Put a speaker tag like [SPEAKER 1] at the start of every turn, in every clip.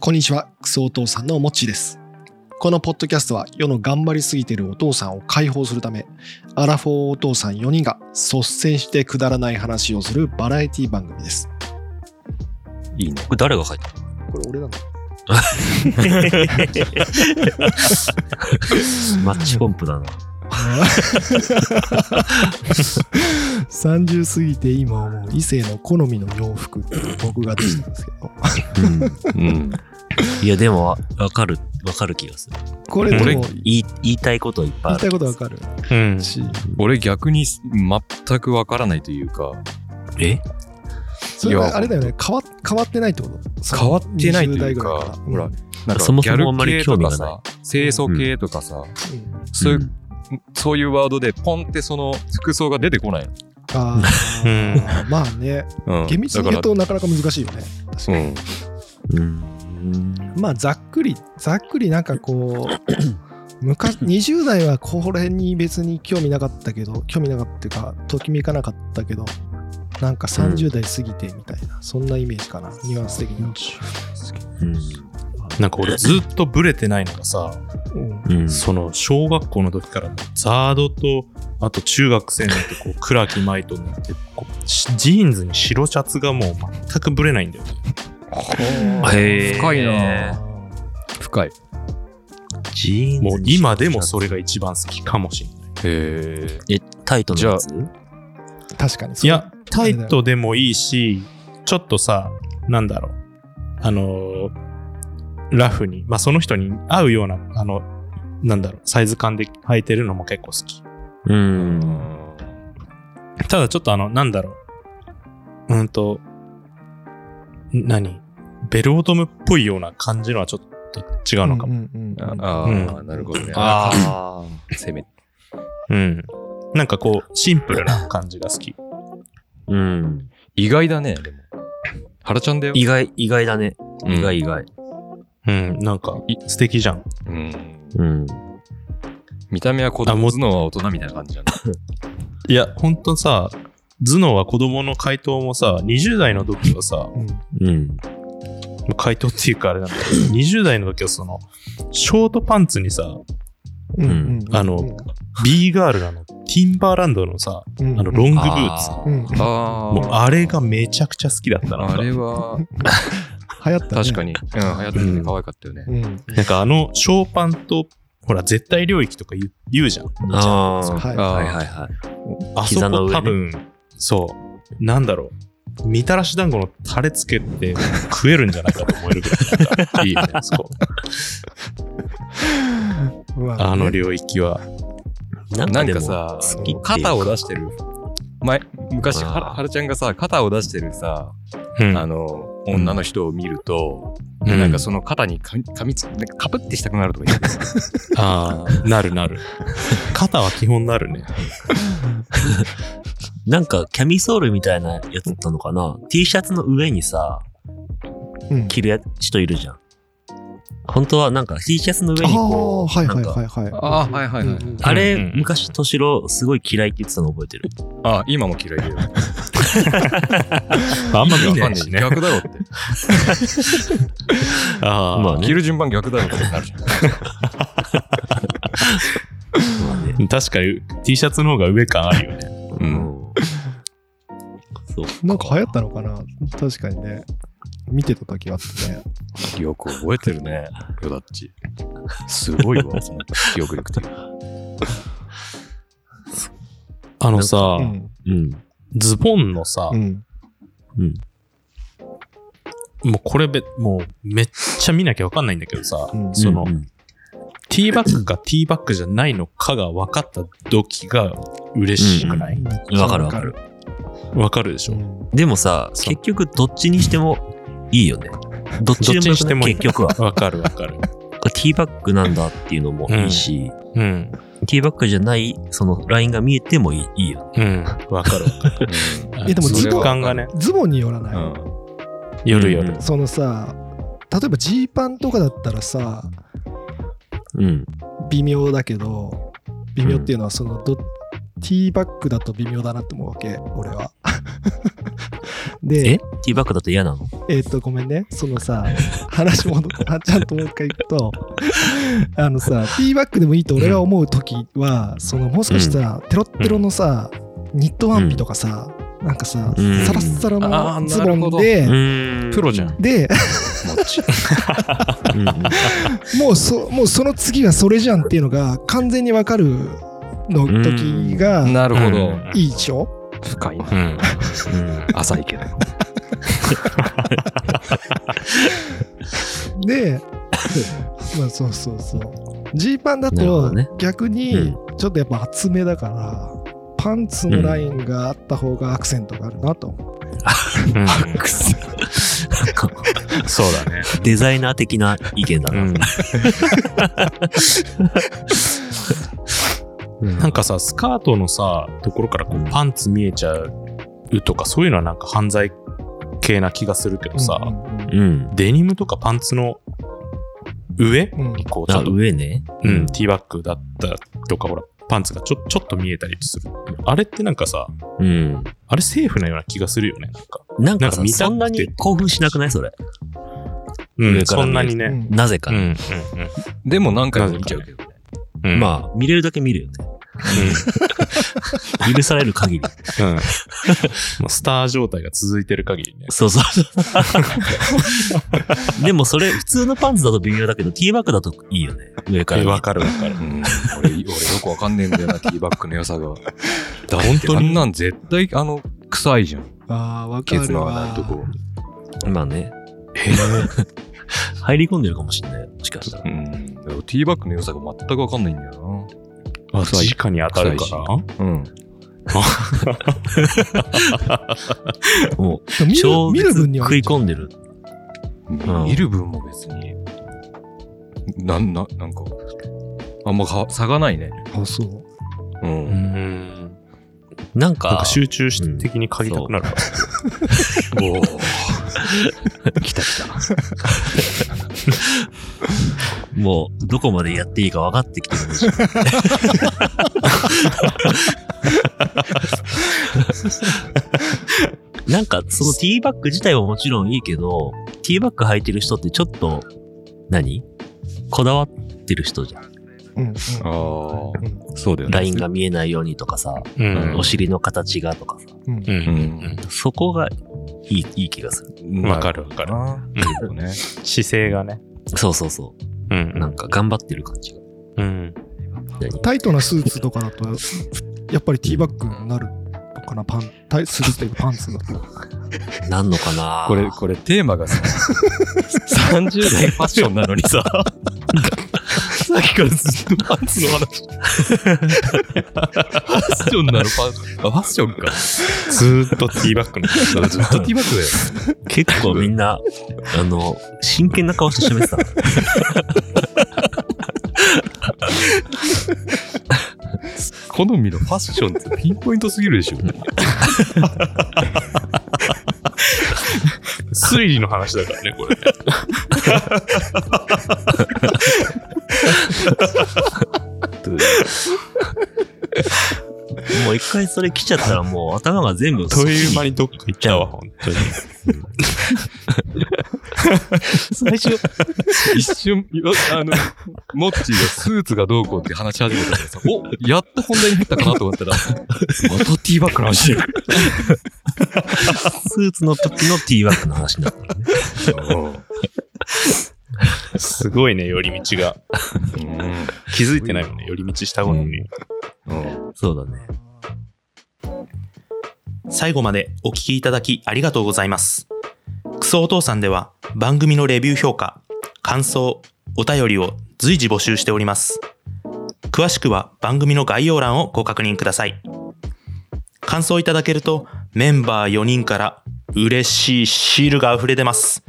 [SPEAKER 1] こんにちは、クソお父さんのもっちーです。このポッドキャストは世の頑張りすぎてるお父さんを解放するため、アラフォーお父さん4人が率先してくだらない話をするバラエティ番組です。
[SPEAKER 2] いいね。これ誰が書いたの
[SPEAKER 1] これ俺なの
[SPEAKER 2] マッチポンプだな。
[SPEAKER 1] 30過ぎて今思う異性の好みの洋服っていう僕が出したんですけど
[SPEAKER 2] うん。うん。いや、でもわ、わかる、わかる気がする。
[SPEAKER 1] これでも
[SPEAKER 2] 言
[SPEAKER 1] 言
[SPEAKER 2] い、言いたいこといっぱいあ
[SPEAKER 1] い
[SPEAKER 2] る。
[SPEAKER 1] たいことわかる
[SPEAKER 3] うん、
[SPEAKER 1] し、
[SPEAKER 3] 俺逆に全くわからないというか
[SPEAKER 2] え
[SPEAKER 1] それ
[SPEAKER 3] いや
[SPEAKER 1] はあれだよね変わ変わってないってことその
[SPEAKER 3] 変わってないと
[SPEAKER 1] 20
[SPEAKER 3] い
[SPEAKER 1] 代
[SPEAKER 3] う
[SPEAKER 1] ぐ
[SPEAKER 3] から
[SPEAKER 1] いから
[SPEAKER 3] ほら
[SPEAKER 1] うん
[SPEAKER 3] なんか
[SPEAKER 2] そも
[SPEAKER 3] ギ
[SPEAKER 2] そ
[SPEAKER 3] ャ
[SPEAKER 2] もあんまり
[SPEAKER 3] ル系
[SPEAKER 2] 興
[SPEAKER 3] と
[SPEAKER 2] 味が
[SPEAKER 3] か
[SPEAKER 2] な
[SPEAKER 3] さ清楚系とかさ、
[SPEAKER 1] うん
[SPEAKER 3] そういう
[SPEAKER 2] うん
[SPEAKER 3] そういうワードでポンってその服装が出てこない
[SPEAKER 1] あ ーまあね
[SPEAKER 3] の、うん、
[SPEAKER 1] 厳密に言うとなかなか難しいよね
[SPEAKER 3] だから、うん、
[SPEAKER 2] うん。
[SPEAKER 1] まあざっくりざっくりなんかこ う昔20代はこれに別に興味なかったけど興味なかったっていうかときめかなかったけどなんか30代過ぎてみたいな、そんなイメージかなニュアンス的には、
[SPEAKER 2] うん。
[SPEAKER 4] なんか俺ずっとブレてないのがさ、
[SPEAKER 1] うん
[SPEAKER 2] うん。
[SPEAKER 4] その小学校の時からのザードと、あと中学生になってこう、倉木舞とになって、こうしジーンズに白シャツがもう全くブレないんだよね。
[SPEAKER 2] へー
[SPEAKER 3] 深いなぁ深いへ
[SPEAKER 2] ジーンズ
[SPEAKER 4] もう今でもそれが一番好きかもしれない。
[SPEAKER 3] え
[SPEAKER 2] え、タイトのやつ
[SPEAKER 1] 確かにそ
[SPEAKER 4] いうや、タイトでもいいし、ちょっとさ、なんだろう。あのー、ラフに、まあその人に合うような、あの、なんだろう、サイズ感で履いてるのも結構好き。
[SPEAKER 2] う。
[SPEAKER 3] うんん
[SPEAKER 4] ただちょっとあの、なんだろう。うんと、ん何ベルオトムっぽいような感じのはちょっと違うのかも。
[SPEAKER 1] うんうんうんうん
[SPEAKER 3] ああ、なるほどね
[SPEAKER 2] あ
[SPEAKER 3] 攻め
[SPEAKER 4] うん。なんかこう、シンプルな感じが好き。
[SPEAKER 2] あ。うん。
[SPEAKER 3] 意外だねでも原ちゃんだよ
[SPEAKER 2] 意外、意外だね。意外、意外。
[SPEAKER 4] うん。なんか、素敵じゃん。
[SPEAKER 3] うんうん
[SPEAKER 2] うん。
[SPEAKER 3] 見た目は子
[SPEAKER 4] あ
[SPEAKER 3] 供
[SPEAKER 4] もう
[SPEAKER 3] 頭脳は大人みたいな感じなんだ
[SPEAKER 4] いや、ほんとさ、頭脳は子供の回答もさ、20代の時はさ、
[SPEAKER 2] うん。
[SPEAKER 4] 回答っていうかあれなんだけど、20代の時はその、ショートパンツにさ、
[SPEAKER 1] うんうんうん
[SPEAKER 4] あのビーガールなの、ティンバーランドのさ、
[SPEAKER 1] うんうん
[SPEAKER 4] あの、ロングブーツ。
[SPEAKER 3] あ
[SPEAKER 1] うん
[SPEAKER 3] ーあ
[SPEAKER 4] もう
[SPEAKER 3] ー
[SPEAKER 4] あれがめちゃくちゃ好きだったな。
[SPEAKER 3] あれ は
[SPEAKER 1] 流行った、ね、
[SPEAKER 3] 確かに、うん、流行って
[SPEAKER 4] う
[SPEAKER 3] て
[SPEAKER 4] ん
[SPEAKER 3] 可愛かったよね。
[SPEAKER 1] に、
[SPEAKER 4] なんかあの、ショーパンと、ほら、絶対領域とか言う言うじゃん。
[SPEAKER 2] ああ。
[SPEAKER 1] はい
[SPEAKER 2] はい
[SPEAKER 3] あ
[SPEAKER 2] はいはい。
[SPEAKER 4] あそ
[SPEAKER 2] 膝の
[SPEAKER 4] こ
[SPEAKER 2] 上ね
[SPEAKER 4] 多分、そう、なんだろう。みたらし団子のタレつけて食えるんじゃないかと思えるぐ らい。いいよね、そこ。
[SPEAKER 1] うんま
[SPEAKER 4] あの領域は。
[SPEAKER 2] な
[SPEAKER 3] なん
[SPEAKER 2] で
[SPEAKER 3] か
[SPEAKER 2] も
[SPEAKER 3] さ、
[SPEAKER 2] 好きっていうか
[SPEAKER 3] 肩を出してる。前、昔、
[SPEAKER 2] あー
[SPEAKER 3] ははるちゃんがさ、肩を出してるさ、
[SPEAKER 4] うん
[SPEAKER 3] あの、女の人を見ると、
[SPEAKER 4] うん
[SPEAKER 3] なんかその肩にか噛みつ、なんかかぶってしたくなるとか言ってさ、
[SPEAKER 4] あーなるなる。肩は基本なるね。
[SPEAKER 2] なんか、キャミソールみたいなやつだったのかな ?T シャツの上にさ、
[SPEAKER 1] うん
[SPEAKER 2] 着るや人いるじゃん。本当はなんか T シャツの上
[SPEAKER 1] あ
[SPEAKER 2] に
[SPEAKER 1] あ
[SPEAKER 2] こう、
[SPEAKER 1] はいはい
[SPEAKER 2] なん
[SPEAKER 1] は
[SPEAKER 2] か
[SPEAKER 1] いはい
[SPEAKER 3] あーはいはいはい
[SPEAKER 1] うんうん
[SPEAKER 2] あれ、
[SPEAKER 4] うんうん
[SPEAKER 2] 昔、敏郎すごい嫌いって言ってたの覚えてる。
[SPEAKER 3] あ、今も嫌いだよ。
[SPEAKER 4] あんま
[SPEAKER 3] 意
[SPEAKER 4] 見
[SPEAKER 3] 味わ
[SPEAKER 4] な
[SPEAKER 3] かんねえ
[SPEAKER 4] いしね。
[SPEAKER 3] 逆だ ろって。
[SPEAKER 4] あ
[SPEAKER 2] まあね
[SPEAKER 3] 着る順番逆だろってなるじゃん。
[SPEAKER 4] あ、確かに T シャツの方が上感あるよね。
[SPEAKER 3] うん
[SPEAKER 2] そうか。
[SPEAKER 1] なんか流行ったのかな確かにね見てた時はあってね
[SPEAKER 3] よく覚えてるね、よだっち。すごい わ、その記憶力っていうか。
[SPEAKER 4] あのさ、
[SPEAKER 1] うん
[SPEAKER 2] うん。
[SPEAKER 4] ズボンのさ、
[SPEAKER 1] うん
[SPEAKER 2] うん。
[SPEAKER 4] もうこれべ、もうめっちゃ見なきゃわかんないんだけどさ、
[SPEAKER 1] うん
[SPEAKER 4] その、
[SPEAKER 2] うん
[SPEAKER 4] ティーバッグかティーバッグじゃないのかが分かった時が嬉しくない
[SPEAKER 2] うんわかるわかる。
[SPEAKER 4] わかるでし
[SPEAKER 1] う
[SPEAKER 4] ょ
[SPEAKER 1] ん
[SPEAKER 2] でもさ、
[SPEAKER 4] そう
[SPEAKER 2] 結局どっちにしてもいいよね。どっち
[SPEAKER 4] ど
[SPEAKER 2] で
[SPEAKER 4] っち
[SPEAKER 2] も
[SPEAKER 4] にしてもいい
[SPEAKER 2] 結局は。
[SPEAKER 4] わかるわかる。
[SPEAKER 2] ティーバッグなんだっていうのもいいし、
[SPEAKER 4] うん。
[SPEAKER 2] ティーバッグじゃない、そのラインが見えてもいいいいよね。
[SPEAKER 4] うん。わかるわかる。
[SPEAKER 1] えでも
[SPEAKER 4] 時間がね、
[SPEAKER 1] ズボンによらない、
[SPEAKER 3] うん。
[SPEAKER 4] 夜夜。
[SPEAKER 2] うん
[SPEAKER 1] そのさ例えばジーパンとかだったらさ
[SPEAKER 2] うん。
[SPEAKER 1] 微妙だけど微妙っていうのはそのど、ティーバッグだと微妙だなって思うわけ俺はで
[SPEAKER 2] えティーバッグだと嫌なの
[SPEAKER 1] えっ、とごめんねそのさ話戻って、あちゃんともう一回行くと、あのさ、ティーバックでもいいと俺が思う時は、そのもう少しさ、テロッテロのさ、ニットワンピとかさ、なんかさ、
[SPEAKER 2] うん
[SPEAKER 1] サラッサラ
[SPEAKER 3] あ
[SPEAKER 1] の
[SPEAKER 3] ー
[SPEAKER 1] ズ
[SPEAKER 3] なる
[SPEAKER 1] ボ
[SPEAKER 3] ほ
[SPEAKER 1] ン
[SPEAKER 3] ど
[SPEAKER 1] で、
[SPEAKER 2] うん。
[SPEAKER 3] プロじゃん。も
[SPEAKER 1] で、
[SPEAKER 3] っち。
[SPEAKER 2] うん。
[SPEAKER 1] もうそもうその次がそれじゃんっていうのが完全にわかるの時が
[SPEAKER 3] なるほ
[SPEAKER 4] う
[SPEAKER 3] ど。
[SPEAKER 4] ん
[SPEAKER 1] いいでしょ、
[SPEAKER 3] 深いな
[SPEAKER 4] う。ん。
[SPEAKER 2] うん
[SPEAKER 3] 浅いけど。
[SPEAKER 1] で、 まあそうそうそう。ジーパンだ
[SPEAKER 2] なるほ
[SPEAKER 1] と
[SPEAKER 2] どね
[SPEAKER 1] 逆にちょっとやっぱ厚めだから、パンツのラインがあった方がアクセントがあるなと思う。
[SPEAKER 2] なんか
[SPEAKER 4] そうだね。
[SPEAKER 2] デザイナー的な意見だ
[SPEAKER 4] う
[SPEAKER 2] な。
[SPEAKER 4] ん。
[SPEAKER 2] うん
[SPEAKER 4] なんかさ、スカートのさ、ところからこうパンツ見えちゃうとか、そういうのはなんか犯罪系な気がするけどさ、
[SPEAKER 1] うん
[SPEAKER 2] うん。
[SPEAKER 4] デニムとかパンツの上
[SPEAKER 1] うんうん
[SPEAKER 4] にこう、ちょ
[SPEAKER 2] あ
[SPEAKER 4] っ、と、
[SPEAKER 2] 上ね。
[SPEAKER 4] うん、ティーバッグだったりとか、ほら、パンツがちょちょっと見えたりする。あれってなんかさ、
[SPEAKER 2] うん。
[SPEAKER 4] あれセーフなような気がするよね、なんか。
[SPEAKER 2] なんか
[SPEAKER 4] なんか
[SPEAKER 2] さ
[SPEAKER 4] 見たくて
[SPEAKER 2] そんなに興奮しなくないそれ。
[SPEAKER 4] う
[SPEAKER 2] 上
[SPEAKER 4] ん、
[SPEAKER 2] か
[SPEAKER 4] そ
[SPEAKER 2] ら
[SPEAKER 4] んな
[SPEAKER 2] 見える
[SPEAKER 4] に
[SPEAKER 1] う
[SPEAKER 4] ね。
[SPEAKER 1] ん
[SPEAKER 2] なぜか
[SPEAKER 4] うん、う
[SPEAKER 2] ね。
[SPEAKER 4] ん、
[SPEAKER 3] でも何回も見ちゃうけどね。
[SPEAKER 4] うん。あ、
[SPEAKER 2] まあ、見れるだけ見るよね。許される限 り。
[SPEAKER 4] うん。うんもうスター状態が続いてる限りね。
[SPEAKER 2] そうそうそう。でもそれ、普通のパンツだと微妙だけど、ティーバッグだといいよね。上から
[SPEAKER 4] え
[SPEAKER 2] 見
[SPEAKER 4] わ
[SPEAKER 2] て。
[SPEAKER 4] かるわかる。
[SPEAKER 3] うん、俺、俺よくわかんねえんだよな、ティーバッグの良さが。だ
[SPEAKER 4] 本
[SPEAKER 3] 本
[SPEAKER 4] 当
[SPEAKER 3] 当
[SPEAKER 4] に
[SPEAKER 3] にあんなん絶対、あの、臭いじゃん。
[SPEAKER 1] ああ、わか
[SPEAKER 3] ケツ
[SPEAKER 1] る
[SPEAKER 3] の
[SPEAKER 1] わ。
[SPEAKER 3] 穴のとこ。
[SPEAKER 2] まあね。 入り込んでるかもしれない。もしかしたら
[SPEAKER 3] う。ん。でもティーバッグの良さが全くわかんないんだよ
[SPEAKER 4] あ、直に当たるから。
[SPEAKER 3] な。うん。
[SPEAKER 2] もう、
[SPEAKER 1] 見る
[SPEAKER 2] 超
[SPEAKER 1] 見る分には
[SPEAKER 2] 食い込んでる。ん
[SPEAKER 3] 見る分も別に、なん、な、なんか、あんまか差がないね。
[SPEAKER 1] あそう。
[SPEAKER 3] うん。
[SPEAKER 4] うん。
[SPEAKER 2] なん
[SPEAKER 4] なん
[SPEAKER 2] か
[SPEAKER 4] か、集中し的に嗅ぎたくなるから。
[SPEAKER 3] おお。来た来た。
[SPEAKER 2] もう、どこまでやっていいか分かってきてるし。 なんか、そのティーバッグ自体はもちろんいいけど、ティーバッグ履いてる人ってちょっと、何こだわってる人じゃん。
[SPEAKER 1] うんうん
[SPEAKER 3] ああ。
[SPEAKER 1] うん
[SPEAKER 3] そうだよね。
[SPEAKER 2] ラインが見えないようにとかさ、
[SPEAKER 4] う
[SPEAKER 3] うん
[SPEAKER 2] お尻の形がとかさ、
[SPEAKER 1] うん
[SPEAKER 4] う。
[SPEAKER 3] うんん。
[SPEAKER 2] そこがいい、いい気がする。
[SPEAKER 4] わかるわかる。
[SPEAKER 3] な。結構ね。
[SPEAKER 4] 姿勢がね。
[SPEAKER 2] そうそうそうう。なん
[SPEAKER 4] ん。
[SPEAKER 2] か頑張ってる感じが。
[SPEAKER 4] うん。
[SPEAKER 2] 何
[SPEAKER 1] タイトなスーツとかだと、やっぱりティーバッグになるのかな、パン、タイスーツというかパンツだと。
[SPEAKER 2] なんのかな
[SPEAKER 3] これ、これテーマがさ、30代ファッションなのにさ、さっきからずっとパンツの話。ファッションなのパンツ。あ、ファッションか。
[SPEAKER 4] ずーっとティーバッグの。
[SPEAKER 3] ずっとティーバッグだよ。
[SPEAKER 2] 結構みんな、あの、真剣な顔して喋ってた。
[SPEAKER 3] 好みのファッションってピンポイントすぎるでしょ。
[SPEAKER 4] 推理の話だからね、これ。
[SPEAKER 2] もう一回それ来ちゃったらもう頭が全部。
[SPEAKER 4] という間にどっか行っちゃうわ、本当に。
[SPEAKER 3] 最初、一瞬、よあの、モッチーがスーツがどうこうって話し始めたからさ、おやっと本題に入ったかなと思ったら、 またティーバッグの話だよ。
[SPEAKER 2] スーツの時のティーバッグの話になった。
[SPEAKER 4] すごいね、寄り道が。気づいてないもんね、寄り道したことに。
[SPEAKER 3] Oh.
[SPEAKER 2] そうだね。
[SPEAKER 4] 最後までお聞きいただきありがとうございます。クソお父さんでは番組のレビュー評価、感想、お便りを随時募集しております。詳しくは番組の概要欄をご確認ください。感想いただけるとメンバー4人から嬉しいシールが溢れ出ます。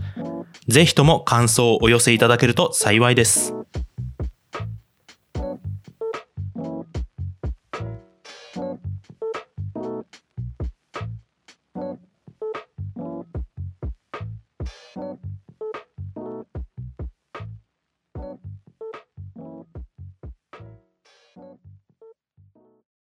[SPEAKER 4] ぜひとも感想をお寄せいただけると幸いです。